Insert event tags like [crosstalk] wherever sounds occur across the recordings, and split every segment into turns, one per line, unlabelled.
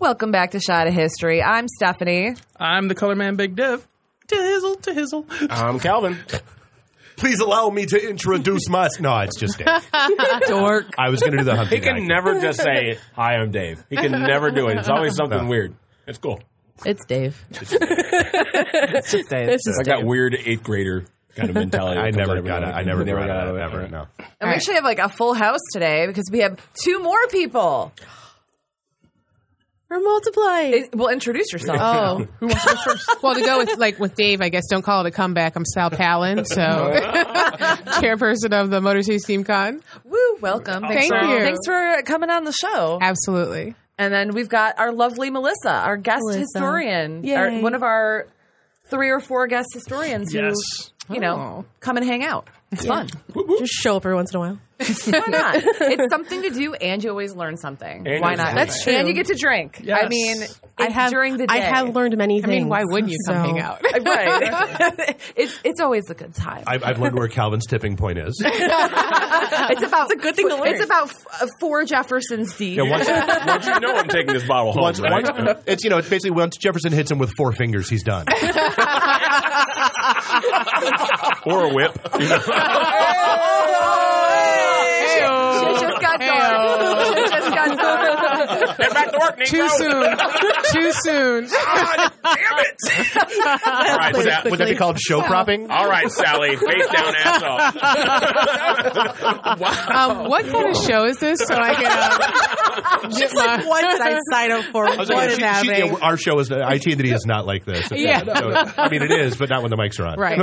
Welcome back to Shot of History. I'm Stephanie.
I'm the color man, Big Div. To hizzle, to hizzle.
I'm Calvin. Please allow me to introduce my. No, it's just Dave.
Dork.
I was going to do the
[laughs]
Humpty
He can
Duck.
never just say, Hi, I'm Dave. He can never do it. It's always
[laughs]
something weird. It's cool.
It's Dave.
I got weird eighth grader kind of mentality.
I
that comes out
never
every
got it.
now and
I
then.
never,
Never
got
out
it.
of
Never. No.
And we actually have like a full house today because we have two more people.
Or multiply.
It- well, introduce yourself.
oh.
Who wants to go first?
Well, to go with like with Dave, I guess don't call it a comeback. I'm Sal Palin,
[laughs]
so chairperson of the Motor City Steam Con.
Woo, welcome.
Thank
for,
you.
Thanks for coming on the show.
Absolutely.
And then we've got our lovely Melissa, our guest
Melissa.
historian, our-
Yay.
one of our three or four guest historians who,
Yes.
you know,
Oh.
come and hang out. It's fun.
Just show up every once in a while.
Why not? it's something to do, and you always learn something.
And
Why
you
not?
That's
learn.
And
true.
you get to drink. I
Yes.
mean,
I
it's
have
during the day.
I have learned
I
many things.
mean, why wouldn't you come
so-
hang out?
[laughs] right. [laughs] it's it's always a good time.
I've, I've learned where Calvin's tipping point
[laughs]
is.
it's about it's a good thing to learn. It's about f- uh, four Jeffersons deep. [laughs]
Yeah, once,
Once you know I'm taking this bottle home,
once,
right?
once- it's you know, it's basically once Jefferson hits him with four fingers, he's
[laughs]
done.
or a whip. You know?
Shit just got dark. Shit just got dark.
Get back to work, Nico.
Too soon. Too soon.
God damn it. All right, Sa-
Would that be called show propping?
all right, Sally. Face down, ass off.
Um, what kind of show is this? So I
[laughs]
can. Um, just like
what did I sign up for?
I was
What
like,
is
she- she-
happening?
yeah, our show is uh, ITD is not like this. It's-
Yeah.
no, I mean, it is, but not when the mics are on.
Right.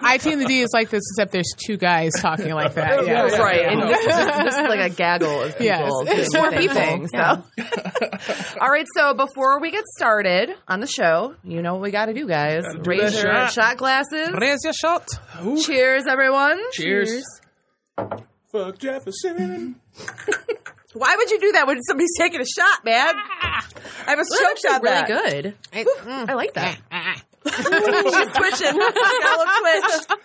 IT and the D is like this, except there's two guys talking like that. Yeah.
That's right. And this is, just, this is
[laughs]
like a gaggle of people.
Yes. [laughs]
doing
It's more
the same
people.
thing, so.
[laughs]
All right. So before we get started on the show, you know what we got to do, guys. Raise
that
your
shot.
shot glasses.
Raise your shot.
Cheers, everyone.
Cheers.
Fuck Jefferson.
Why would you do that when somebody's taking a shot, man? I have a
Well,
stroke
that's
shot.
actually
that.
really good. I like that.
She's twitching. [laughs] Got a little
[laughs]
twitch.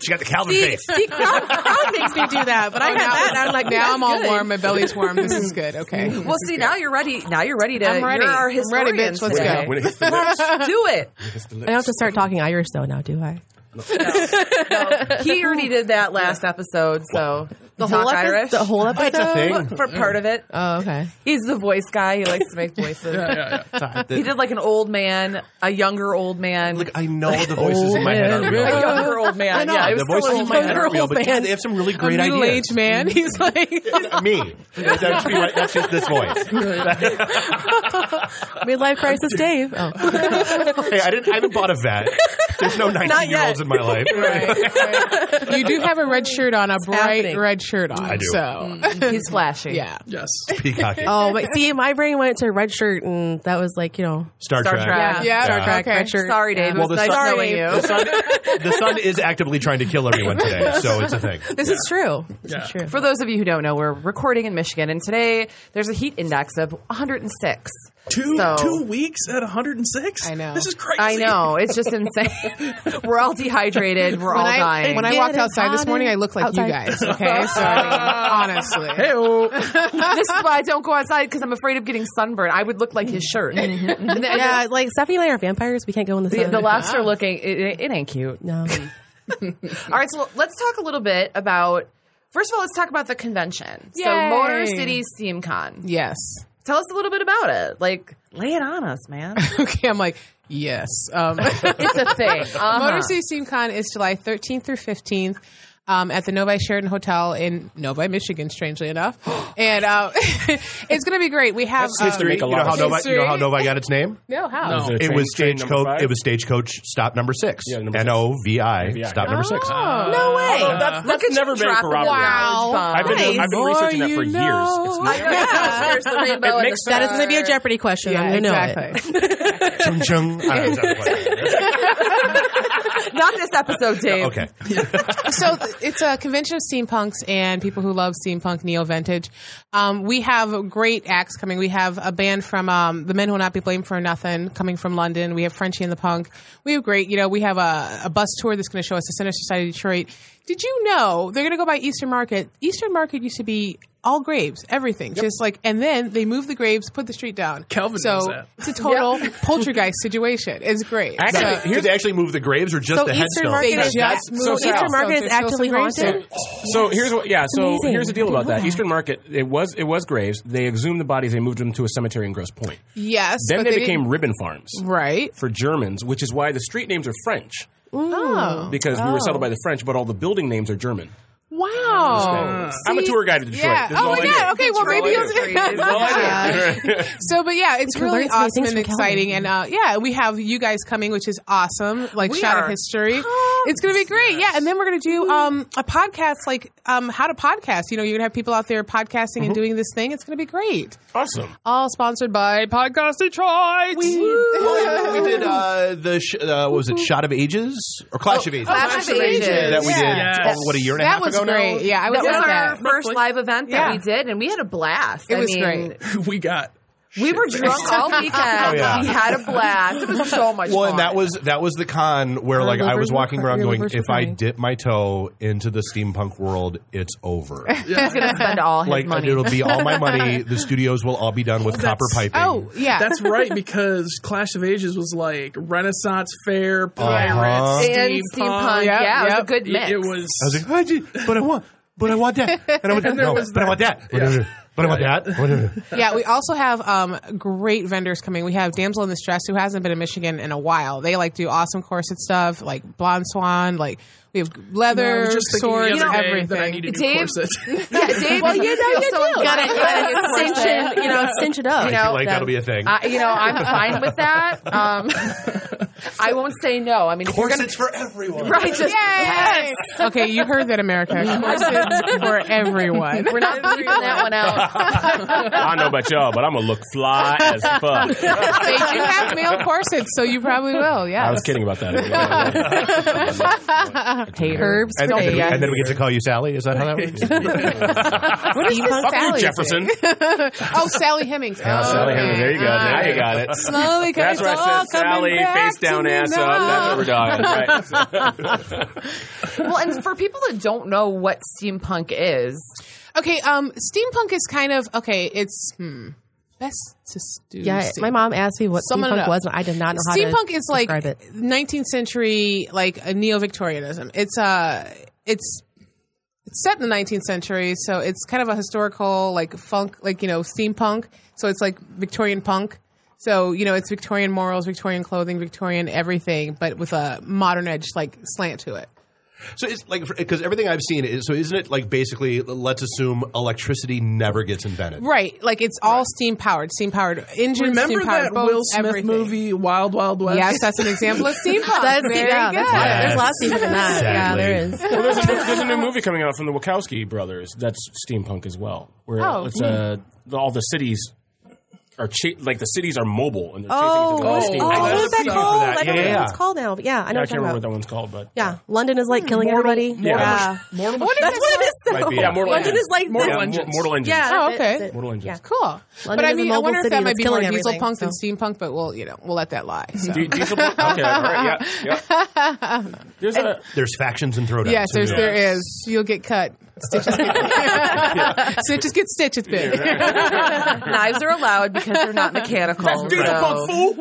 She got the Calvin
See,
face.
see, crowd, crowd makes me do that, but I
Oh,
had that, and I'm like,
now I'm all
good.
warm. My belly's warm. This is good. Okay.
Well, see, now you're ready. Now you're ready to.
I'm ready.
You're our
I'm
historian
ready, bitch. Let's
today.
go.
When it hits the
[laughs]
lips.
Do it.
I don't have to start talking Irish though now, do I?
He already did that last episode, so the
whole epi-
Irish.
the whole
episode.
thing.
for part of it.
uh, Oh, okay.
He's the voice guy. He likes to make voices. He did like an old man, a younger old man,
Like I know the voices in my head aren't real.
a younger old man. Yeah, it was
the voices
still
in
old
my
man.
head aren't real,
old
but
man.
they have some really great
a
ideas.
middle-aged man. He's
[laughs]
like
[laughs] me. That should be right- That's just this voice.
midlife crisis, Dave. Oh,
Hey, I didn't. I haven't bought a vet. There's no 19 year olds in my life.
you do have a red shirt on, a bright
happening.
red shirt on.
I do.
[laughs] So
He's flashing.
yeah,
Yes.
Peacocking.
Oh, but see, my brain went to red shirt, and that was like, you know,
Star,
Star
Trek.
Trek.
yeah.
Star Trek,
okay.
Red shirt. Sorry, Dave.
Well,
it was
the
nice
sun-
knowing you.
The sun, the sun is actively trying to kill everyone today, so it's a thing.
this is true. This
Yeah.
is
[laughs]
true.
For those of you who don't know, we're recording in Michigan, and today there's a heat index of 106.
Two
So-
two weeks at 106.
I know.
This is crazy.
I know it's just insane. [laughs] we're all dehydrated. We're all
When I,
dying.
when I
Get
walked
it
outside this
hot
morning, I
in-
looked like you
outside.
guys. Okay, so honestly,
[laughs] this is why I don't go outside because I'm afraid of getting sunburned. I would look like his shirt.
Mm-hmm,
And then-
Yeah, like Stephanie and I are vampires. We can't go in the
The,
sun.
the lobster looking, it, it ain't cute.
no.
All right, so let's talk a little bit about. First of all, let's talk about the convention. So,
Yay.
Motor City Steam Con.
yes. [laughs]
Tell us a little bit about it. Like, lay it on
[laughs]
us, man.
Okay, I'm like yes. Um,
[laughs]
[laughs]
It's a thing. Uh-huh.
Motor City SteamCon is July 13th through 15th. um, at the Novi Sheridan Hotel in Novi, Michigan, strangely enough. and uh, [laughs] it's going to be great. We have um,
history.
You know how
It's
Novi, you know how
history.
Novi got its name?
No, how?
No.
it, a
It
train-
was
train number
stagecoach.
five?
It was stagecoach stop number six.
Yeah, number six.
N O V I
Yeah.
stop number six.
Oh.
No way.
Although that's-
Look
that's
at you
never been
dropping
corroborated.
Wow.
knowledge
I've been,
bombs.
I've been
More
researching that for
you
years. It's
know.
I
never,
know. There's the rainbow
It
and
makes
the
sense.
That is going to be a Jeopardy question. I'm
Yeah,
going to know
[laughs]
it.
exactly.
Chung chung. I don't know.
star. Not this episode, Dave.
Okay.
so th- it's a convention of steampunks and people who love steampunk neo vintage. Um, we have great acts coming. We have a band from um, the Men Who Will Not Be Blamed for Nothing coming from London. We have Frenchie and the Punk. We have great, you know, we have a, a bus tour that's going to show us the Center Society of Detroit. Did you know they're going to go by Eastern Market? Eastern Market used to be all graves, everything, just like, and then they moved the graves, put the street down.
Kelvin
so
knows that.
it's a total poltergeist situation. It's great.
Actually,
So-
did they actually move the graves or just
So
the
Eastern
headstones?
Market is
That's so
so Eastern
south.
Market
So
is
there's still
actively
some graves there.
haunted.
So here's what, yeah. So
Amazing.
here's the deal
I didn't
about
know
that.
that.
Eastern Market, it was it was graves. They exhumed the bodies. They moved them to a cemetery in Grosse Pointe.
yes.
Then
but
they,
they
became
didn't-
ribbon farms
right.
for Germans, which is why the street names are French
Oh.
because we were settled by the French, but all the building names are German.
Wow.
I'm a
See?
tour guide to Detroit.
Yeah.
This is
Oh
all
my
I do.
god. Okay. Well,
This is all
maybe
I do.
you'll.
This is all I
[laughs]
do.
so, but yeah, it's
can
really
learn so many
awesome
things
and
from Kelly.
exciting, and uh, yeah, we have you guys coming, which is awesome. Like
We
shot
are
of history. It's gonna be great. Yeah, and then we're gonna do um, a podcast, like um, how to podcast. You know, you're gonna have people out there podcasting
Mm-hmm.
and doing this thing. It's gonna be great.
[laughs]
Awesome.
All sponsored by Podcast Detroit.
Well, we did uh, the sh- uh, what was it Shot of Ages or Clash of Ages
Clash of Ages.
that we did
Yes.
uh, what a year and a
that
half
was
ago
great.
now.
Yeah, I was
That was
at
our
that.
first live event that
Yeah.
we did, and we had a blast.
It
I
was
mean,
great.
we got.
We were drunk
[laughs] Oh,
all weekend.
yeah.
We had a blast. It was so much
Well,
fun.
and that was that was the con where like I
livers
was
were
walking
cr-
around
your
going,
livers were
if I
crying.
dip my toe into the steampunk world, it's over.
He's going to spend all his
like
money.
it'll be all my money. The studios will all be done with copper piping.
Oh yeah,
That's right, because Clash of Ages was like Renaissance fair,
Uh-huh.
pirates,
And steampunk,
Yep,
yeah, it was a
yep.
good
It,
mix.
it was.
I was like, "Oh, gee, but I want, but I want that, and I want that,
there
no,
was
but I want that, but I want that.
yeah, we also have um, great vendors coming. We have Damsel in Distress, who hasn't been in Michigan in a while. They like do awesome corset stuff, like Blonde Swan. Like we have
I
leather,
was just thinking
swords,
the other day
everything.
That I
[laughs]
need a new
Dave-
corset.
yeah, Dave, well, you know, you so
Got to
inclined.
cinch it, you know, cinch it up.
You know,
like that'll be a thing.
I, you know, I'm fine with that. Um,
[laughs]
I won't say no. I mean, if you're going
Corsets for everyone.
right,
[laughs]
just yes.
okay, you heard that, America. Corsets for everyone.
We're not leaving that one
[laughs]
out.
I don't know about y'all, but I'm gonna look fly as fuck.
They
[laughs]
do have male corsets, so you probably will.
I
Yeah.
was kidding about that. [laughs]
Hater.
Herbs
And,
for
and
days.
then we get to call you Sally. Is that how that works?
[laughs]
What is this
Fuck you, [laughs]
Sally
Jefferson.
thing? Oh, Sally Hemmings. Oh,
Sally,
okay.
there you go.
Uh,
Now you got it. [laughs]
Slowly,
That's
it's
where
all
I said Sally,
coming back
face
to
down,
me
ass
now.
up. That's what we're talking. [laughs] Right.
Well, and for people that don't know what steampunk is,
Okay, um, steampunk is kind of okay. It's hmm, best to do.
Yeah,
steampunk.
my mom asked me what
Summon it
steampunk
up.
was, and I did not know how
Steampunk
to
is like
describe it.
19th century, like a neo-Victorianism. It's uh, it's it's set in the 19th century, so it's kind of a historical, like funk, like you know, steampunk. So it's like Victorian punk. So you know, it's Victorian morals, Victorian clothing, Victorian everything, but with a modern edge, like slant to it.
So it's like because everything I've seen is so isn't it like basically let's assume electricity never gets invented.
Right, like it's all steam powered, steam powered engines,
Remember
steam powered
that Will Smith
everything.
movie, Wild Wild West?
Yes, that's an example of steampunk. [laughs]
That's,
Very
yeah,
good.
that's right.
Yes.
There's lots of even that. Yeah,
Sadly.
there is.
Well, there's a, new, there's a new movie coming out from the Wachowski brothers that's steampunk as well. Where
Oh,
it's uh, the- all the cities are cha- like the cities are mobile and they're chasing
Oh,
each other.
oh,
oh,
with
what
steam.
I know
was
the
that
feeling for
called?
that.
I don't
Yeah,
know
yeah.
what it's called now. But yeah, I know
I can't
what you're
remember
talking
what that
about.
one's called, but
Yeah, London is like killing everybody.
Mortal-
Yeah.
What is
That's what it is,
Might
though.
be.
yeah, Mortal
London
Engines.
is like
Mortal
this.
Engines. Mortal Engines.
Yeah.
Oh,
that's
okay.
it. That's it.
Mortal Engines.
Yeah.
Cool. but
is
I
a
mean, I
mobile
wonder if
city
that might
that's
be more
killing
diesel
everything,
punk than
so.
steampunk, but we'll, you know, we'll let that lie. So.
D- Diesel Punk? [laughs] Okay, all right, yeah, yeah. There's a,
There's factions and throwdowns.
Yes, there's,
[laughs]
there is. You'll get cut. Stitches get, stitches, get stitches, bitch.
knives are allowed because they're not mechanical. so-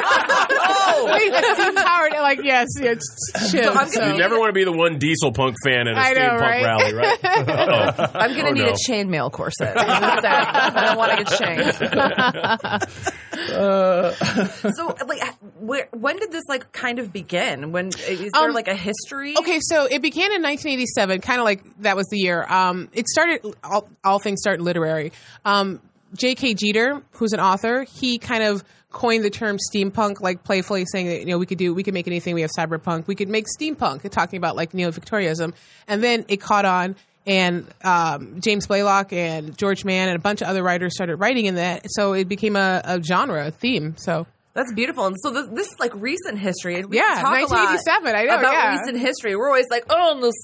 Wait, [laughs] that's steam powered. Like, yes, it's chill.
I'm
so.
you never want to be the one Diesel Punk fan at a
I know,
steampunk
right?
rally, right? Uh-oh.
Oh,
I'm going to need
no.
a chainmail corset. I don't want to get chained.
[laughs]
[laughs]
So, like, where, when did this like kind of begin? When is there
Um,
like a history?
Okay, so it began in 1987, kind of like that was the year. Um, it started, all, all things start literary. Um, J.K. Jeter, who's an author, he kind of coined the term steampunk, like playfully saying that you know we could do, we could make anything. We have cyberpunk, we could make steampunk, talking about like neo-Victorianism, and then it caught on. And um, James Blaylock and George Mann and a bunch of other writers started writing in that, so it became a, a genre, a theme. So
That's beautiful. And so this, this is like recent history. and We
Yeah,
can talk a lot
1987, I know,
about
yeah.
recent history. We're always like, oh, in the
[laughs]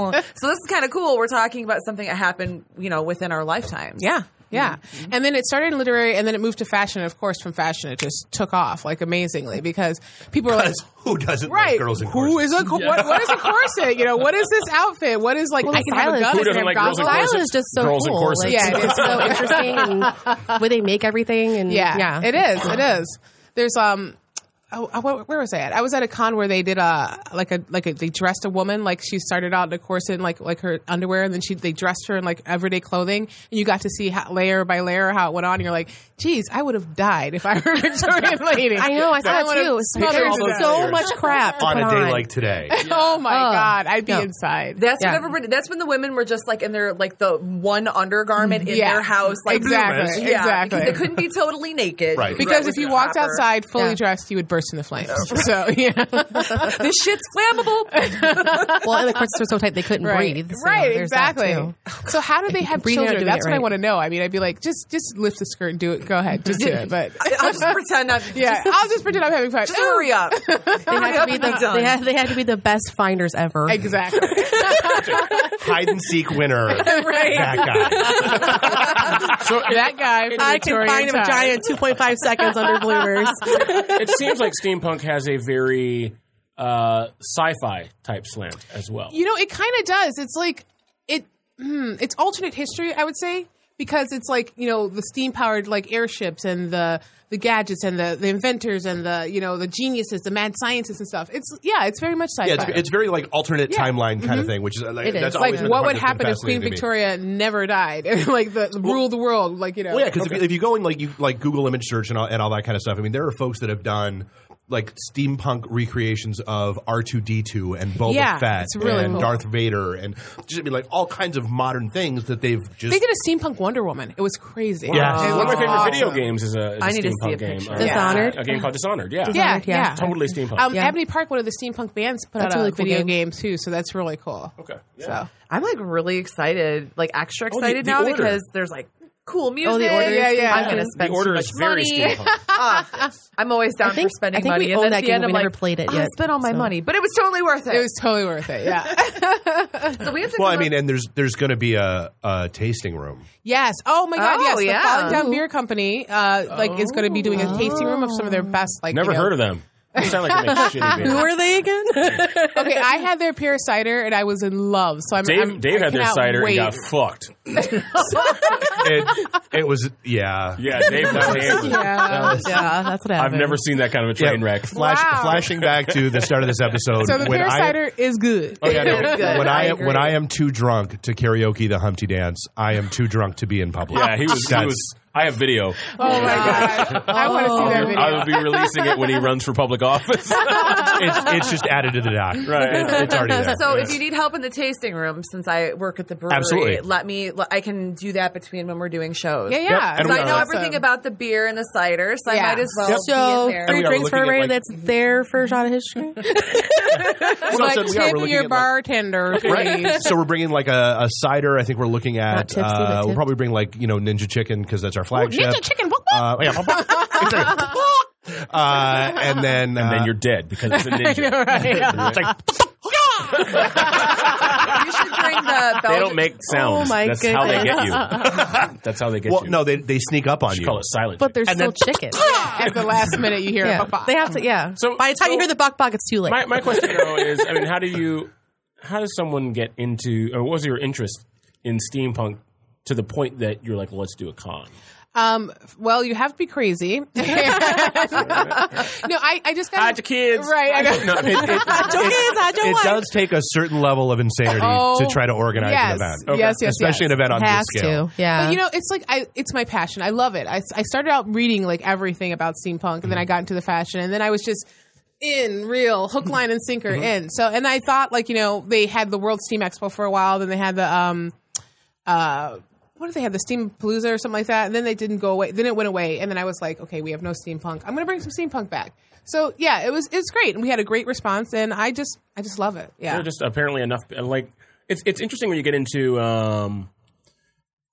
1700s. so this is kind of cool. We're talking about something that happened, you know, within our lifetimes.
Yeah. Yeah. And then it started in literary and then it moved to fashion. And of course, from fashion, it just took off like amazingly because people were like,
Because who doesn't
right.
like girls in
who
corsets?
is a, what, what is a corset? You know, what is this outfit? What is like,
Well,
I
the
can have a
stylist-
gun.
Who
I can
doesn't
have
like
goggles.
girls in corsets?
Style is just so
Girls in
cool. Like,
corsets.
it's so interesting, and where they make everything, and
Yeah,
yeah,
it is. It is. There's um. Oh, oh, where- where was I at? I was at a con where they did a like a like a, they dressed a woman like she started out in a corset and like like her underwear and then she they dressed her in like everyday clothing and you got to see how, layer by layer how it went on. And you're like, geez, I would have died if I [laughs] were a Victorian lady. [laughs]
[laughs] I know. I saw it
would've
too.
smothered
There's
in
so
that.
much crap to
on
put
a day
on.
like today?
[laughs] Oh my
Ugh.
god, I'd be
No.
inside.
That's
Yeah.
when everybody, that's when the women were just like in their like the one undergarment in
Yeah.
their house, like
Exactly,
yeah,
exactly.
because they couldn't be totally naked,
Right.
because if you walked
Proper.
outside fully
Yeah.
dressed, you would burst into flames. [laughs] So yeah,
this shit's flammable.
well, and the corsets were so tight they couldn't breathe. so
right,
there's that,
exactly.
too.
[laughs] So how do they have
breathe, you're not
children?
doing
That's
it
what I
right.
want to know. I mean, I'd be like, just just lift the skirt and do it. Go ahead, just do it. But
[laughs] I'll just pretend I'm.
[laughs] yeah,
just,
I'll just pretend I'm having fun.
just hurry up.
[laughs] They had, to be the,
Done.
they, had, they had to be the best finders ever.
[laughs] Exactly.
Hide and seek winner.
right.
That guy.
So it,
that guy. From
I can
Victorian
find a
times.
giant 2.5 seconds under bloomers.
it seems like steampunk has a very uh, sci-fi type slant as well.
You know, it kind of does. It's like it. Hmm, it's alternate history, I would say, because it's like you know the steam powered like airships and the the gadgets and the the inventors and the you know the geniuses, the mad scientists and stuff. It's yeah, it's very much sci-fi.
Yeah, it's, it's very like alternate
Yeah. Mm-hmm.
timeline kind of thing, which is uh, like
It is.
that's
Like,
always
like
been the
what
part
would
that's been
happen if Queen
fascinating to me.
Victoria never died [laughs] and like the ruled the world? Like you know,
Well, yeah, because if, you, if you go in like you like Google image search and all, and all that kind of stuff, I mean, there are folks that have done like steampunk recreations of R two D two and Boba
Yeah,
Fett
it's really
and
cool.
Darth Vader and just I mean like all kinds of modern things that they've just.
they did a steampunk Wonder Woman. It was crazy.
Yes.
It
One of my
was
favorite
awesome.
video games is a, is a
I need to see
steampunk
a
game.
picture.
Uh,
Dishonored?
A game called Dishonored. Yeah.
Yeah,
Yeah.
yeah.
Totally steampunk.
Um,
Yeah.
Ebony Park, one of the steampunk bands, put
That's
out
a really
a
cool
video
game.
game. too, so that's really cool.
okay. Yeah.
So
I'm like really excited, like extra
Oh, the-
excited
the
now
order.
because there's like cool music.
Oh, the order is
Yeah, yeah.
I'm gonna
steampunk.
The
spend so
order
much
is very
money.
steampunk.
Ah, [laughs] I'm always down
[laughs] I think,
for spending
I think
money.
we
and
own
then
that
at the
game.
end,
We
I'm
never
like,
played it
"Oh, I
yet.
spent all my
so.
money, but it was totally worth it.
it was totally worth it. [laughs] Yeah.
so we have to.
well, I
come
mean,
up-
and there's there's going to be a, a tasting room.
yes. Oh my God.
Oh,
yes.
yeah.
The Falling Down Beer Company, uh, like, is going to be doing a tasting room of some of their best. Like,
Never
you know-
heard of them. They sound like they make shitty beer.
Who are they
[laughs]
again?
Okay, I had their pear cider and I was in love. So I'm.
Dave,
I'm,
Dave
I
had their
cannot
cider
wait.
and got fucked.
It, it was yeah.
[laughs] Yeah, Dave got hammered.
yeah.
yeah, that's what
I've
happened.
never seen that kind of a train
Yeah,
wreck.
Flash,
Wow.
Flashing back to the start of this episode,
So the
when
pear
I
cider is good.
Oh, yeah, no.
It is good.
when
I
I,
agree.
when I am too drunk to karaoke the Humpty Dance, I am too drunk to be in public.
[laughs] Yeah, he was. He
That's-
was. I have video.
[laughs] Oh my god! I want to see that video.
I will be releasing it when he runs for public office.
it's, it's just added to the doc.
Right.
It's, it's already there.
so if you need help in the tasting room, since I work at the brewery,
Absolutely.
let me. let- I can do that between when we're doing shows.
yeah, yeah.
and
So
we
I
are
know
awesome.
everything about the beer and the cider, so I
Yeah.
might as well
So
be in there.
free
we are
drinks for
looking at,
everybody
like-
that's there for a shot of history. [laughs]
Well, no,
Like,
so we are- we're
tip
looking
your
at, like-
bartender,
Right.
please.
So we're bringing like a, a cider. I think we're looking at.
tipsy, but
uh, we'll
tipped.
probably bring like you know Ninja Chicken because that's our flagship.
Ninja chicken. Whoop, whoop.
Uh,
[laughs]
yeah. [laughs] uh, and then
[laughs] and
uh,
then you're dead because it's a [laughs] ninja. [laughs]
it's like
you should drink
[laughs]
the
They
Belgian.
don't Oh make sounds.
my
That's how they get
goodness.
you. That's how they get
well
you.
no they they sneak up on
you
you.
call it silent.
But there's
And
still
then-
chicken.
Uh,
At the last minute, you hear
Yeah.
a pop.
They have to, yeah.
So-
by the time
so-
you hear the buck buck, it's too late.
my my question though is, I mean, how do you, how does someone get into, or what was your interest in steampunk to the point that you're like, well, let's do a con?
Um, well, you have to be
[laughs]
crazy. no, [laughs] I, I just got
Hide your kids.
Right. I know.
No, it- it- it-
it does take a certain level of insanity
Oh,
to try to organize
yes.
an event,
Okay. Yes, yes,
especially
yes.
an event on
Has
this scale.
to. Yeah.
But you know, it's like I, it's my passion. I love it. I, I started out reading like everything about steampunk,
Mm-hmm.
and then I got into the fashion, and then I was just in real
Mm-hmm.
hook, line, and sinker in. So, and I thought like you know they had the World Steam Expo for a while, then they had the um, uh, what did they have the Steam Palooza or something like that, and then they didn't go away. Then it went away, and then I was like, okay, we have no steampunk. I'm gonna bring some steampunk back. So yeah, it was it's great, and we had a great response, and I just I just love it. Yeah,
There are just apparently enough. uh, Like it's it's interesting when you get into um,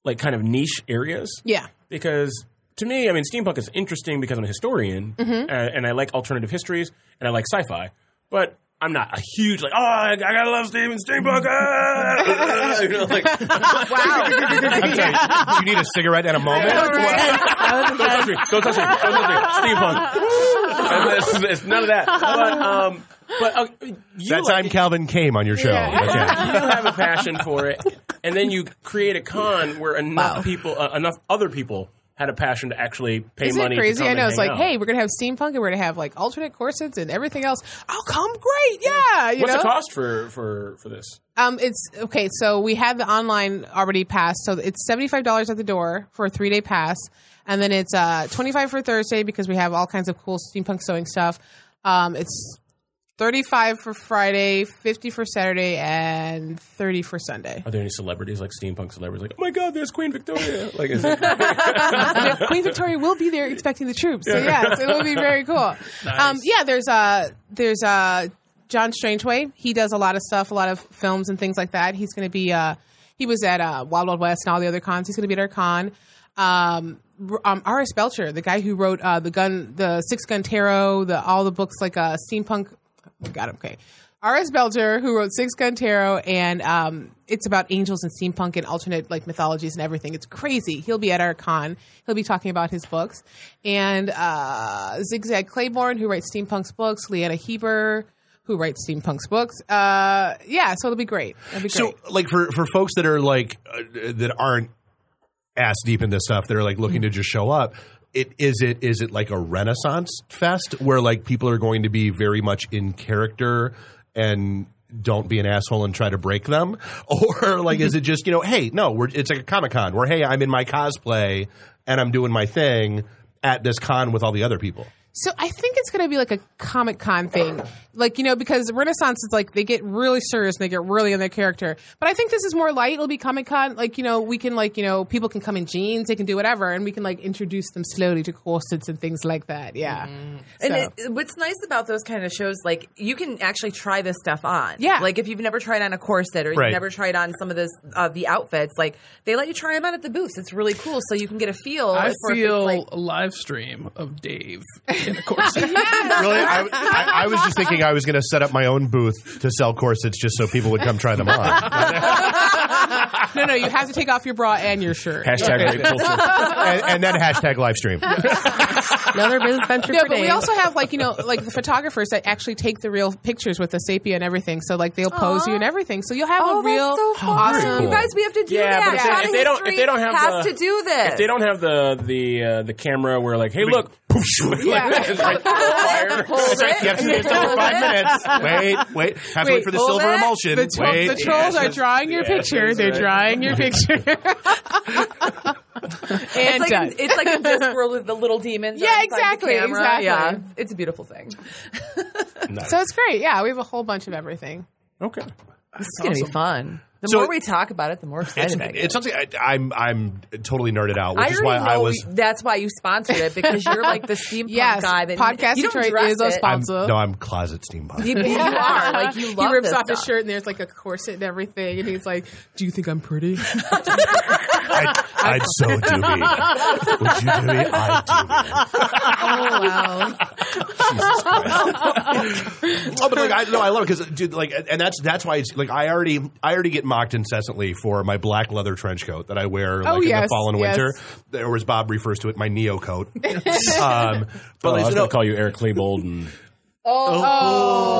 like kind of niche areas
yeah,
because to me, I mean, steampunk is interesting because I'm a historian
Mm-hmm.
uh, and I like alternative histories and I like sci-fi, but I'm not a huge like oh I, I gotta love Steven steampunk. ah!" [laughs] you know,
[laughs]
like,
I'm sorry, you need a cigarette and a
[laughs]
moment.
don't touch me, don't touch me, don't touch me, steampunk.
[laughs]
And it's, it's none of that. But um, but uh, you
That
like-
time Calvin came on your show. Okay.
[laughs] you have a passion for it, and then you create a con where enough people, uh, enough other people, had a passion to actually pay
Isn't
money.
it
to
crazy?
come
I
and
know. It's
hang
like,
out.
hey, we're gonna have steampunk and we're gonna have like alternate corsets and everything else. I'll come, great, yeah. You
what's
know,
the cost for for for this?
um, it's okay. So we had the online already pass, so it's seventy five dollars at the door for a three day pass, and then it's uh twenty five for Thursday because we have all kinds of cool steampunk sewing stuff. Um, it's thirty five for Friday, fifty for Saturday, and thirty for Sunday.
Are there any celebrities like steampunk celebrities? Like, oh my god, there's Queen Victoria. Like, [laughs] is it,
Queen Victoria will be there expecting the troops. So yes, it will be very cool. Um, yeah, there's uh, there's uh, John Strangeway. He does a lot of stuff, a lot of films and things like that. He's going to be uh, he was at uh, Wild Wild West and all the other cons. He's going to be at our con. Um, r- um, R.S. Belcher, the guy who wrote uh, the gun, the Six Gun Tarot, the all the books like uh, steampunk. Oh, God, okay. R.S. Belcher, who wrote Six Gun Tarot, and um, it's about angels and steampunk and alternate like mythologies and everything. It's crazy. He'll be at our con. He'll be talking about his books. And uh, Zigzag Claiborne, who writes steampunk's books, Leanna Heber, who writes steampunk's books. Uh, yeah, so it'll be great. It'll be great.
So, like for for folks that are like uh, that aren't ass deep in this stuff, that are like looking to just show up. It is it is it like a Renaissance fest where like people are going to be very much in character and don't be an asshole and try to break them, [laughs] or like is it just you know hey no we're it's like a comic con where hey I'm in my cosplay and I'm doing my thing at this con with all the other people.
So I think it's going to be like a Comic Con thing, like you know, because Renaissance is like they get really serious and they get really in their character. But I think this is more light. It'll be Comic Con, like you know, we can like you know, people can come in jeans, they can do whatever, and we can like introduce them slowly to corsets and things like that. Yeah,
And [laughs]
So-
it, what's nice about those kind of shows, like you can actually try this stuff on.
Yeah.
Like if you've never tried on a corset or
Right.
you've never tried on some of this uh, the outfits, like they let you try them out at the booths. It's really cool, so you can get a feel.
I
for if it's,
feel
like-
a live stream of [laughs] Dave in a [laughs] corset.
Really,
[laughs]
I, I, I was just thinking I was going to set up my own booth to sell corsets just so people would come try them on.
no, no, you have to take off your bra and your shirt.
hashtag rape culture?
and, and then hashtag live [laughs] stream.
Another
[laughs]
business venture
No,
for
but we
Dave. [laughs]
also have like you know like the photographers that actually take the real pictures with the sepia and everything. So like they'll pose you and everything. So you'll have
Oh,
a
that's
real
so fun.
awesome.
You guys, we have to do
Yeah, but
that.
if they-
Shot
if
in
they
the
don't- if
Street
they don't have
has
the-
to do this.
If they don't have the the uh, the camera where like, hey, look, [laughs] poof, Oh, like, it's
[laughs]
right there.
Hold
That's right.
it.
You have to stay still for [laughs] five minutes. Wait, wait. Have to wait
Wait,
for the
hold
silver
that.
emulsion.
The, tro-
wait.
the trolls are drawing your picture. They're drawing
[laughs]
your picture. and
It's like,
done.
in, it's [laughs] like in Discworld with the little demons.
Yeah,
outside the
exactly,
camera.
exactly.
Yeah, it's a beautiful thing.
so it's great. Yeah, we have a whole bunch of everything.
Okay,
It's gonna be fun. The
So-
more we talk about it, the more
It's,
excited I get.
it's something I, I'm I'm totally nerded out, which
I
is
already
why
know
I was.
we- that's why you sponsored it because you're like the steampunk
Yes,
guy. That
Podcast
you don't
Detroit
dress
is a
it.
sponsor.
I'm,
Gonzo.
no, I'm closet steampunk.
You, you are like you love
he rips
this
off his
stuff.
shirt and there's like a corset and everything, and he's like, "Do you think I'm [laughs] pretty?"
I'd, [laughs] I'd so do me. Would you do [laughs] me? [laughs] I'd
oh, wow.
do me. Oh, but like I no, I love it because dude, like, and that's that's why it's like I already I already get mocked incessantly for my black leather trench coat that I wear like
Oh,
in the
yes,
fall and
yes.
winter, or [laughs] as Bob refers to it, my neo coat. um, but
I
like,
was
no,
gonna call you Eric Klebold and
Oh,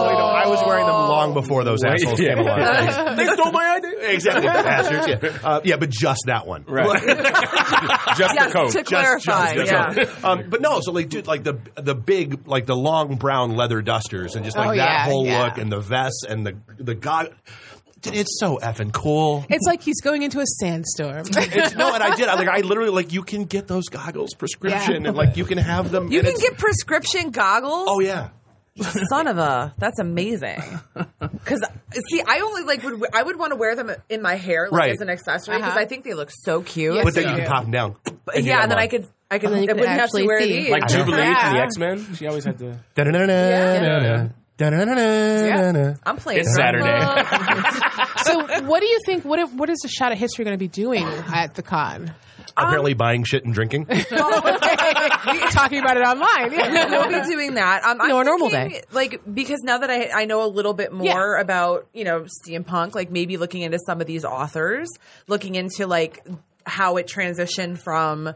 You know, I was wearing them long before those assholes came
[laughs]
along.
they stole my idea.
exactly, bastards. Yeah.
[laughs]
Uh, yeah, but just that one.
Just
Yes,
the coat.
to clarify.
just-
yeah.
Um, but no, so like, dude, like the the big, like the long brown leather dusters, and just like
Oh,
that
yeah,
whole
yeah.
look, and the vests, and the the god. Dude, it's so effing cool.
It's like he's going into a [laughs] sandstorm.
It's, no, and I did. I like. I literally like. You can get those goggles prescription,
Yeah.
and like you can have them.
You
and
can
it's-
get prescription goggles.
Oh yeah.
son of a that's
[laughs]
amazing because see i only like would i would want to wear them in my hair like
Right.
as an accessory because
Uh-huh.
i think they look so cute
Yes,
But then
they
you can
do.
pop them down.
But yeah and then i could i could
And then you
i
could
wouldn't have to
actually
wear
see.
these
Like Jubilee from the
Yeah.
X Men. She always had the.
Da-da-da-da-da-da. Da-da-da-da-da-da.
i'm playing
It's
drums.
Saturday.
so, what do you think? What if, what is the shot at history going to be doing at the [laughs] con?
Apparently buying shit and
[laughs]
drinking.
Talking about it online.
we'll be doing that um, I'm
No, a normal
thinking,
day.
like because now that i i know a little bit more about you know steampunk like maybe looking into some of these authors looking into like how it transitioned from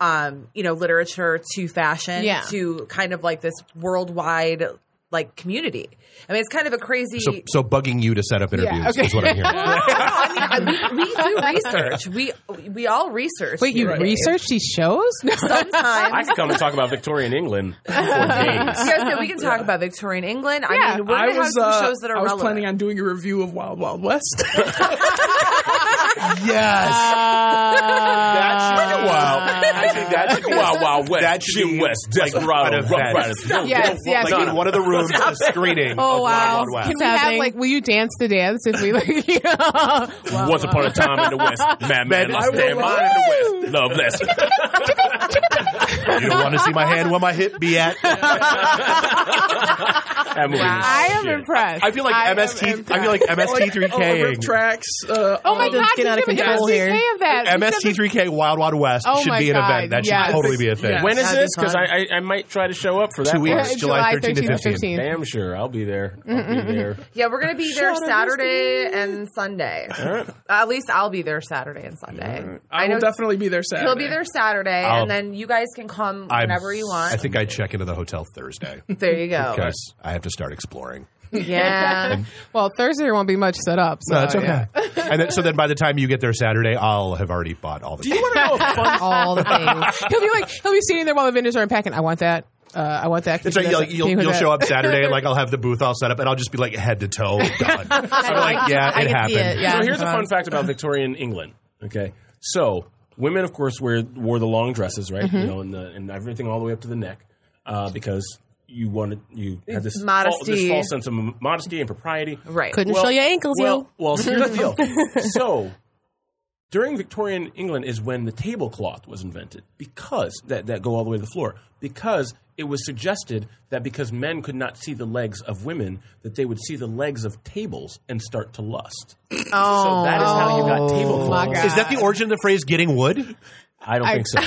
um, you know, literature to fashion
Yeah.
to kind of like this worldwide like community. I mean, it's kind of a crazy. [laughs]
So, so bugging you to set up interviews
okay.
is what I'm [laughs] hearing.
I mean, I- we, we do research. We we all research.
Wait, you
Right.
researched these [laughs] shows?
I
Sometimes.
could come and talk about Victorian England for days.
Yes, no, we can talk about Victorian England. I
Yeah.
mean, we're
I
going to have
was,
some
uh,
shows that are
I was
relevant.
planning on doing a review of Wild Wild West. [laughs]
Yes.
Uh,
That should be wild. Uh, I think that should be wild, wild west.
That should
Jim
be
West,
like an
Desperado,
event.
Rough Riders.
Yes, yes.
like in one of the rooms, a screening.
oh
of Wild
wow!
Wild West.
Can we have
Happening.
like? Will you dance to dance if we like? [laughs] You know?
Oh,
Once upon a time in the west, [laughs] madman
Man, I
lost their
will-
mind in the west. Love less.
You don't want to [laughs] see my hand where my hip be at.
That movie was
I am
shit.
impressed.
I feel like
am
MST. I
impressed.
feel like MST3K.
oh, riff tracks. Uh,
Oh my
This is
god!
getting out of
think of
control
MST3
here.
Of that.
MST3K Wild Wild West
Oh
should
my
be an
God,
event. That
yes.
should totally be a thing.
Yeah.
When is
That'd be
this? Because I,
fun.
I I might try to show up for that.
Two
one.
weeks,
Yeah,
July,
July
13 to
13th.
15.
Damn sure, I'll be there. I'll be there.
Yeah, we're going to be there Saturday and Sunday. At least I'll be there Saturday and Sunday.
I, will definitely be there Saturday.
He'll be there Saturday,
I'll-
and then you guys can come
I'm-
whenever you want.
I think I check into the hotel [laughs] Thursday
there you go.
because I have to start exploring.
Yeah.
Well, Thursday there won't be much set up. So [laughs] yeah.
Uh, [laughs] and then, so then by the time you get there Saturday, I'll have already bought all the.
Do you want to know a fun?
All the things.
he'll be like, he'll be sitting there while the vendors are unpacking. I want that. Uh, I want that.
It's like you'll, you'll, you'll show up Saturday and like I'll have the booth all set up and I'll just be like head to toe done. I'm
[laughs]
like, yeah,
I
it
can
happened.
see it. Yeah.
So here's a
Uh-huh.
fun fact about Victorian England. Okay, so women, of course, wear wore the long dresses, right?
Mm-hmm.
You know, and, the, and everything all the way up to the neck, uh, because you wanted you had this False, this
Modesty.
false sense of modesty and propriety.
right.
Couldn't show your ankles,
Well, well, so here's the deal.
[laughs]
So during Victorian England is when the tablecloth was invented because that, that go all the way to the floor because it was suggested that because men could not see the legs of women that they would see the legs of tables and start to lust. so that is how you got
Oh,
Oh
my
tablecloth.
God.
Is that the origin of the phrase getting wood?
I don't think so.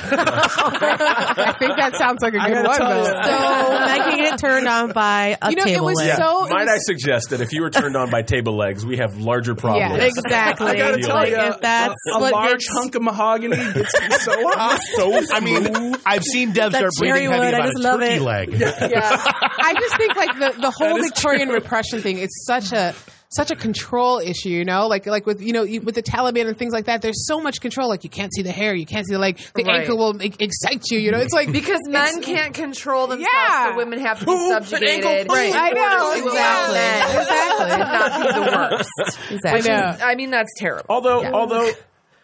I think that sounds like a good one.
tell
Though.
you.
you. So Maggie get turned on by a
you know, it
table
was
[laughs]
[laughs]
leg.
so. it
Might I
was-
suggest that if you were turned on by table legs, we have larger problems.
Yeah.
Exactly.
I gotta tell
like,
ya,
if that's
a
what
large
gets-
hunk of mahogany gets me
[laughs]
so hot.
[laughs]
So I mean, I've seen Dev start breathing
cherry
heavy
wood, I
about
just
a
love
turkey
it.
leg.
I just think like
[laughs]
the, the whole Victorian repression thing is such a such a control issue, you know, like like with you know you, with the Taliban and things like that. There's so much control. Like you can't see the hair, you can't see the like the
Right.
ankle will e- excite you. You know, it's like
Because men can't control themselves,
Yeah.
so women have to be subjugated.
Right. I know, exactly.
Exactly. Not be the worst.
Exactly.
Yeah.
I mean, that's terrible.
Although, although,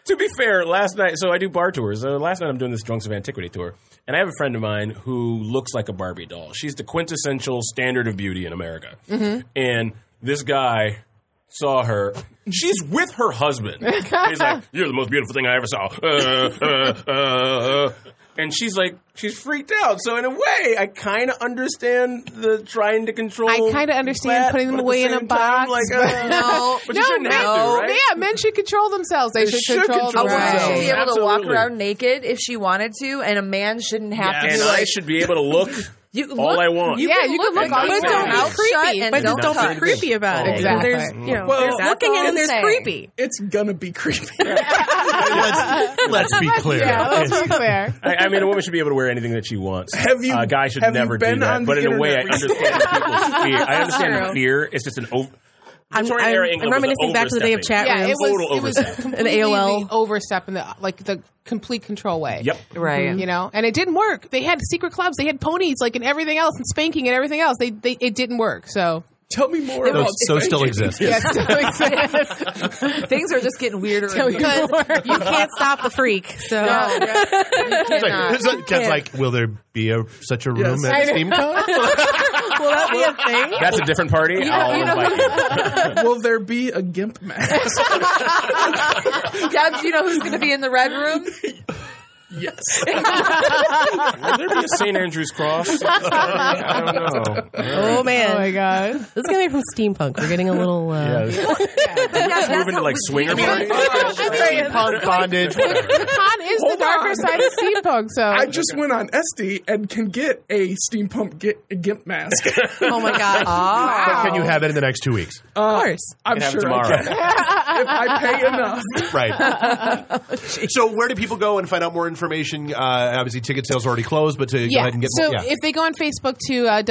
to be fair, last night, so I do bar tours. So last night I'm doing this Drunks of Antiquity tour, and I have a friend of mine who looks like a Barbie doll. She's the quintessential standard of beauty in America.
Mm-hmm.
And this guy saw her. She's with her
[laughs]
husband. He's like, "You're the most beautiful thing I ever saw." Uh, uh, uh, uh. And she's like, she's freaked out. So in a way, I kind of understand the trying to control.
I kinda understand
that,
putting them
but at
away in
same
a box,
Time, like, uh,
No.
but you shouldn't have to, right?
yeah, men should control themselves. They, should,
should
control,
A
control
woman
Right.
should be able to walk
Absolutely.
around naked if she wanted to, and a man shouldn't have
[laughs] and
to.
I
Like,
should be able to look
You look,
All I want.
You
Yeah,
can
you can
look
look all
at
you
your
want.
mouth shut
creepy,
and
but just
don't
don't
touch.
be creepy about it. 'cause
Exactly.
There's, you know,
Well,
there's
that's
looking
all
at it
I'm
and there's
saying.
creepy.
It's gonna be creepy. [laughs]
Let's be clear.
Yeah, let's be clear.
I, I mean, a woman should be able to wear anything that she wants.
Have you-
A guy should
have you
never
been
do that.
on
but
the
in a way, I
internet
understand
[laughs]
people's fear. I understand the
True.
fear. It's just an over.
I'm,
Victorian
I'm-
era
I'm
England was
reminiscing back to the day of
overstepping.
chat
Yeah,
rooms.
it was
Total
it was
overstep.
completely
An AOL.
the overstep and the like the complete control way.
Yep.
Right.
You know, and it didn't work. They had secret clubs, they had ponies, like and everything else, and spanking and everything else. They, they it didn't work. So
Tell me more
Those,
about
those still exist.
yes,
Things are just getting weirder. and weirder.
because
you can't stop the freak. So
[laughs]
Oh,
It's like, it's like- Ken's like, will there be a, such a room
Yes.
[laughs]
at SteamCon?
will that be a thing?
That's a different party. I'll invite you.
Will there be a gimp mask?
Deb, do you know who's going to be in the red room?
yes.
Will there be a St. Andrew's
[laughs]
cross? I don't know.
Oh man,
Oh my god. [laughs]
this is gonna be from steampunk. We're getting a little. Uh,
Moving to like swinger parties.
Steampunk bondage. whatever.
The con is the darker side of steampunk, so
I just went on Esty and can get a steampunk get, a gimp mask.
Oh my
[laughs]
god.
But can you have it in the next two weeks?
of course.
Uh, I'm
Can have it
sure I
tomorrow.
can. if I pay enough.
Right. so where do people go and find out more information? Uh, obviously, ticket sales are already closed, but to go
yeah.
ahead and get
so
more. Yeah.
if they go on Facebook to uh,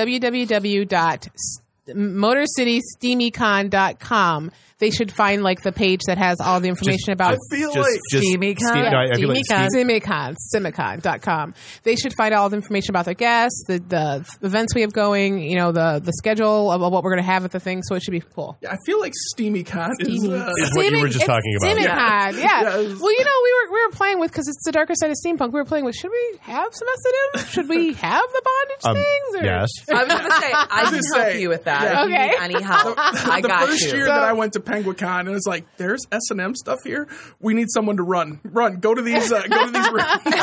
www.motorcitysteamycon.com, they should find like the page that has all the information about
I feel
just,
like
just
Steamicon?
Steam- no, I feel like
Steamicon.
Steam-
Simicon, Simicon.com. They should find all the information about their guests, the, the events we have going, you know, the, the schedule of what we're going to have at the thing. So it should be cool.
I feel like SteamyCon is. Uh,
Is what you were just
Steamic-
talking about.
Steamicon, yeah. Well, you know,
Yes.
we were we were playing with because it's the darker side of steampunk. We were playing with should we have some sedative? Should we have the bondage
Uh, Um,
things? Or? [laughs]
yes.
I was going to say, I can
just
help
saying,
you with that.
yeah.
If you need
Okay.
any help, [laughs] I
[laughs] the
got
first
you.
year that I went to PenguinCon and it was like, there's S and M stuff here. We need someone to run, run. Go to these, uh, go to these rooms.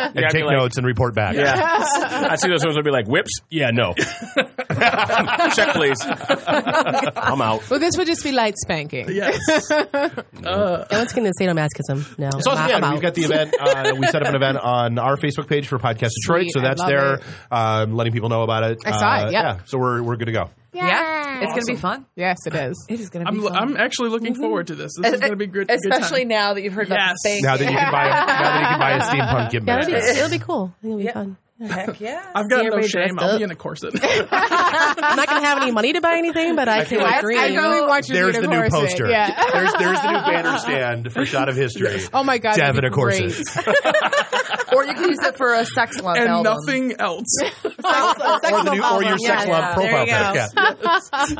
And
I'd be
take
like-
notes and report back.
Yeah. I see those ones would be like whips. Yeah,
[laughs]
no. Check please.
[laughs]
I'm out.
Well, this would just be light spanking.
yes,
No one's gonna say no masochism. No.
So also,
Not
yeah,
about-
we've got the event. Uh, we set up an event on our Facebook page for Podcast Detroit,
Sweet,
so
I
that's
love
there,
it.
um, letting people know about it. Uh,
I saw it, yeah.
so we're we're good to go.
Yeah, it's going to be fun.
Yes, it is.
It is going to be
I'm,
fun.
I'm actually looking forward to this. This is going to be good, good time.
Especially now that you've heard about
Yes.
the thing.
Now that you can buy, now that you
[laughs]
can buy a steampunk gimp
Yeah, it'll,
mask.
be, it'll be cool. I think It'll be fun.
Heck [laughs] yeah.
I've got
See
no
everybody
shame.
dressed
I'll
up.
be in a corset.
I'm not gonna have any money to buy anything, but I can
I,
agree.
I really want you
There's
to
the
read
new
Corset.
poster.
Yeah.
There's there's the new banner stand for Shot of History.
[laughs] Oh my God.
Devin
that'd
a
be
corset.
great. [laughs]
or you can use it for a sex lump
and
album.
nothing else.
or the new, or
album,
your sex
yes.
lump
Yeah.
profile pic.
There you go.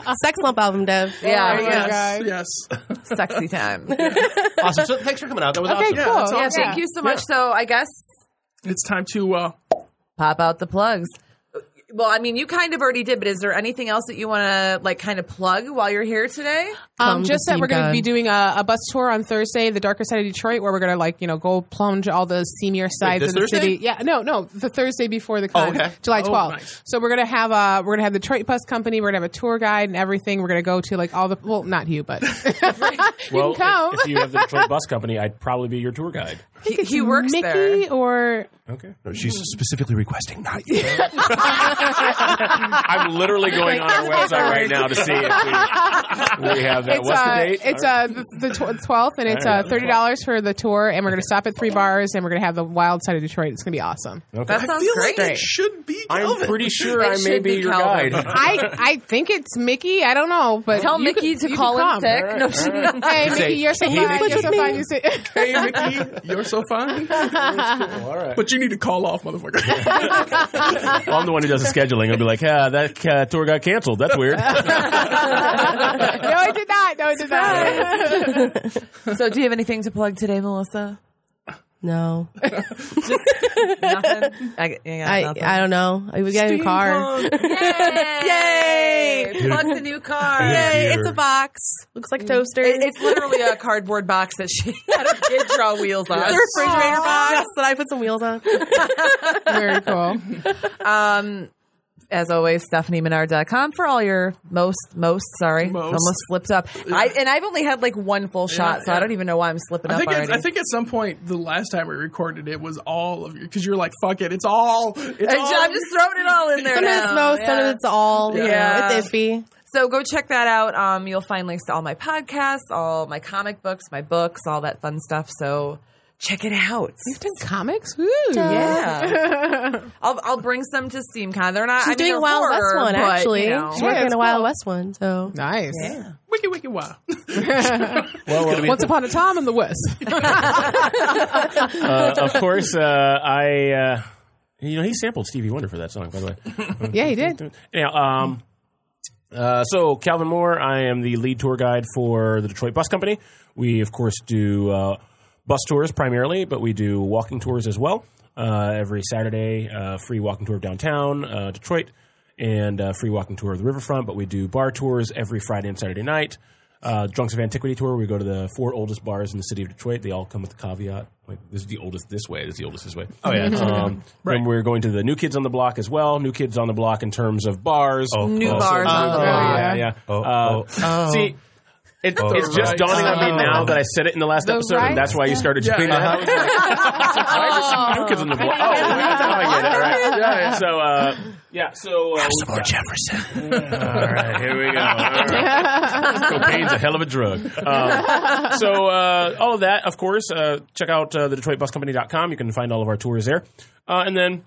Yeah.
Sex lump album, Dev.
Yeah,
Oh my
yeah.
God.
yes, yes.
sexy time.
Awesome. So thanks for coming out. That was
[laughs] Okay, cool.
awesome.
that's
Yeah,
Yeah,
awesome.
thank you so much. So I guess
It's time to. Uh,
pop out the plugs. Well, I mean, you kind of already did, but is there anything else that you want to like kind of plug while you're here today?
Um,
Come
just
to
that we're going to
Steampunk.
be doing a, a bus tour on Thursday, the darker side of Detroit, where we're going to like you know go plunge all the seamier sides
this
of the
Thursday?
city. Yeah, no, no, the Thursday before the con,
okay.
July
Oh,
twelfth.
nice.
So we're going to have uh we're going to have the Detroit Bus Company. We're going to have a tour guide and everything. We're going to go to like all the well, not you,
[laughs]
but you
Well,
can [laughs] come.
if you have the Detroit Bus Company, I'd probably be your tour guide.
He, he works
Mickey
there.
or
Okay.
No, she's specifically requesting not you.
[laughs] I'm literally going on our website right now to see if we, we have that.
it's
What's the
uh,
date?
it's uh, the, the twelfth, and it's uh, thirty dollars for the tour, and we're going to stop at three bars, and we're going to have the wild side of Detroit. It's going to be awesome.
That
I
sounds
feel
great.
like it should be.
I'm
Kelvin.
pretty sure
It
I may
should
be
be
your
Calvin.
guide.
I I think it's Mickey. I don't know, but
Tell
you
Mickey
could-
to
you
call
could
in
come.
sick. No, she-
Hey, Mickey, you're so fine.
Mickey.
You're so fine. You say, [laughs]
Hey, Mickey, you're so
[laughs]
fine.
All right.
But you need to call off, motherfucker.
Well, I'm the one who does the scheduling. I'll be like, ah, that uh, tour got canceled. That's weird.
no, I did not. No, I did [laughs] not.
so, do you have anything to plug today, Melissa?
No,
Nothing. I, yeah,
I
nothing.
I don't know. We got a
[laughs]
new car.
[laughs]
Yay! Plug the new car.
Yay!
Computer.
It's a box. Looks like a toaster.
It- it's literally a cardboard box that she [laughs] had her kid draw wheels on.
It's a refrigerator box that I put some wheels on.
Very cool.
Um,
as always, StephanieMenard.com for all your most, most, sorry,
Most.
almost slipped up. I And I've only had like one full shot, so I
yeah.
don't even know why I'm slipping
[laughs] I
up
think,
already.
at, I think at some point the last time we recorded it was all of you because you're like fuck it it's all it's
And
all
I'm just throwing it all in there.
Some of it's
now.
most, some of
Yeah.
it's all. you know,
Yeah.
it's iffy.
So go check that out. Um, you'll find links to all my podcasts, all my comic books, my books, all that fun stuff. So check it out.
You've done comics? Woo.
Yeah, I'll I'll bring some to SteamCon. They're not.
She's
I mean,
doing
they're
a Wild
horror,
West one,
but, you
actually.
know.
She's working on a Wild West one, so.
Nice.
wiki wiki wow
Once upon a time in the West.
Uh, of course, uh, I. Uh, you know, he sampled Stevie Wonder for that song, by the way.
yeah, he did.
Anyhow, um, uh, so Calvin Moore, I am the lead tour guide for the Detroit Bus Company. We, of course, do uh, bus tours primarily, but we do walking tours as well. Uh, every Saturday, uh, free walking tour of downtown uh, Detroit and uh, free walking tour of the riverfront. But we do bar tours every Friday and Saturday night. Uh, Drunks of Antiquity tour. We go to the four oldest bars in the city of Detroit. They all come with the caveat: like this is the oldest this way, this is the oldest this way. Oh yeah. Um, And we're going to the New Kids on the Block as well. New Kids on the Block in terms of bars.
New bars
Um,
on
Oh,
the block.
Yeah, yeah. Oh.
Oh,
Uh, See, it, it's just dawning on me now that I said it in the last
The
episode, and that's why you started
Oh. Yeah,
doing
yeah.
that. Why is there
[laughs]
some new kids in the block? Oh, that's how I get it. All right. So, uh, yeah. So, uh, some more Jefferson. [laughs] all right, here we go. All right.
[laughs]
Cocaine's a hell of a drug. Um, so, uh, all of that, of course. Uh, check out uh, the DetroitBusCompany.com. You can find all of our tours there, uh, and then.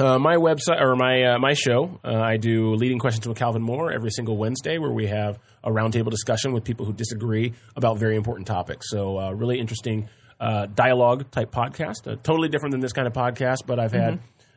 Uh, my website or my uh, my show, uh, I do leading questions with Calvin Moore every single Wednesday, where we have a roundtable discussion with people who disagree about very important topics. So uh, really interesting uh, dialogue type podcast, uh, totally different than this kind of podcast. But I've
Mm-hmm.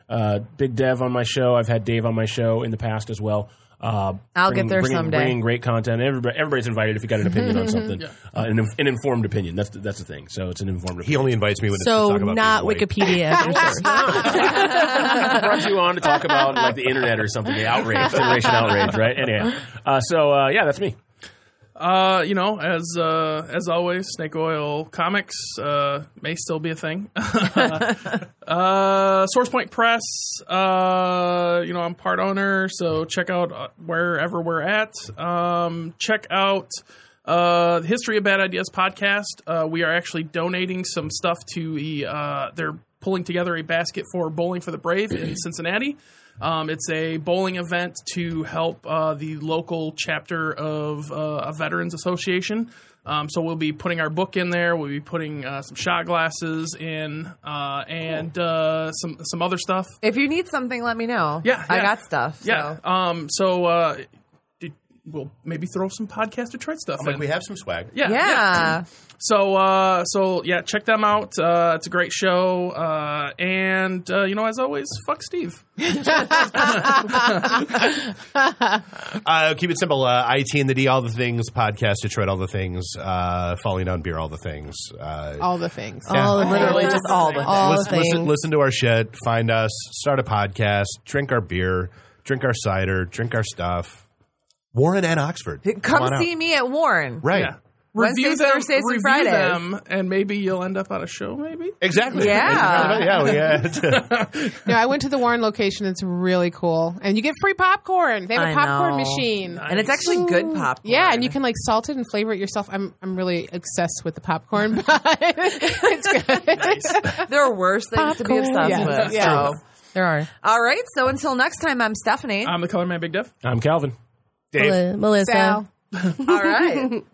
had uh, Big Dev on my show, I've had Dave on my show in the past as well. Uh,
I'll get there
bringing,
someday.
Bringing great content. Everybody, everybody's invited if you got an
[laughs]
opinion on something, uh, an, an informed opinion. That's the, that's the thing. So it's an informed. opinion.
He only invites me when it's to
So
talk about
not
being white.
Wikipedia.
I [laughs] brought you on to talk about like the internet or something, the outrage, generation outrage, right? Anyhow, uh, so uh, yeah, that's me.
Uh, you know, as uh, as always, snake oil comics uh, may still be a thing. [laughs] uh, Sourcepoint Press, uh, you know, I'm part owner, so check out uh, wherever we're at. Um, check out uh, the History of Bad Ideas podcast. Uh, we are actually donating some stuff to the. Uh, they're pulling together a basket for Bowling for the Brave in Cincinnati. Um, it's a bowling event to help uh, the local chapter of uh, a veterans association. Um, so we'll be putting our book in there. We'll be putting uh, some shot glasses in uh, and uh, some some other stuff.
If you need something, let me know.
Yeah,
I
yeah.
got stuff.
Yeah.
so.
Um. So uh, did, we'll maybe throw some podcast Detroit stuff.
Like
in.
we have some swag.
yeah.
yeah.
So uh, so yeah, check them out. Uh, it's a great show. Uh, and uh, you know, as always, fuck Steve.
Uh, keep it simple. Uh, IT and the D, all the things. Podcast Detroit, all the things. Uh, falling down beer, all the things. Uh,
All the things.
all the
Literally
things.
just all the
All the
listen, listen,
things.
listen to our shit. Find us. Start a podcast. Drink our beer. Drink our cider. Drink our stuff. Warren and Oxford.
Come
on out.
see me at Warren.
Right.
Yeah.
Wednesdays, Thursdays, and
review
Fridays.
them, and maybe you'll end up on a show. Maybe
Exactly.
Yeah.
[laughs] yeah. we, uh,
No, I went to the Warren location. It's really cool. And you get free popcorn. They have a
I
popcorn
know.
machine.
And it's actually good popcorn.
Yeah, and you can like salt it and flavor it yourself. I'm I'm really obsessed with the popcorn, [laughs] but it's good.
There are worse things to be obsessed
Yes,
with.
yes.
So.
There are.
All right. So until next time, I'm
Uh-huh.
Stephanie.
I'm the color man, Big Dev.
I'm Calvin.
Mel- Melissa.
Sal.
[laughs]
All right.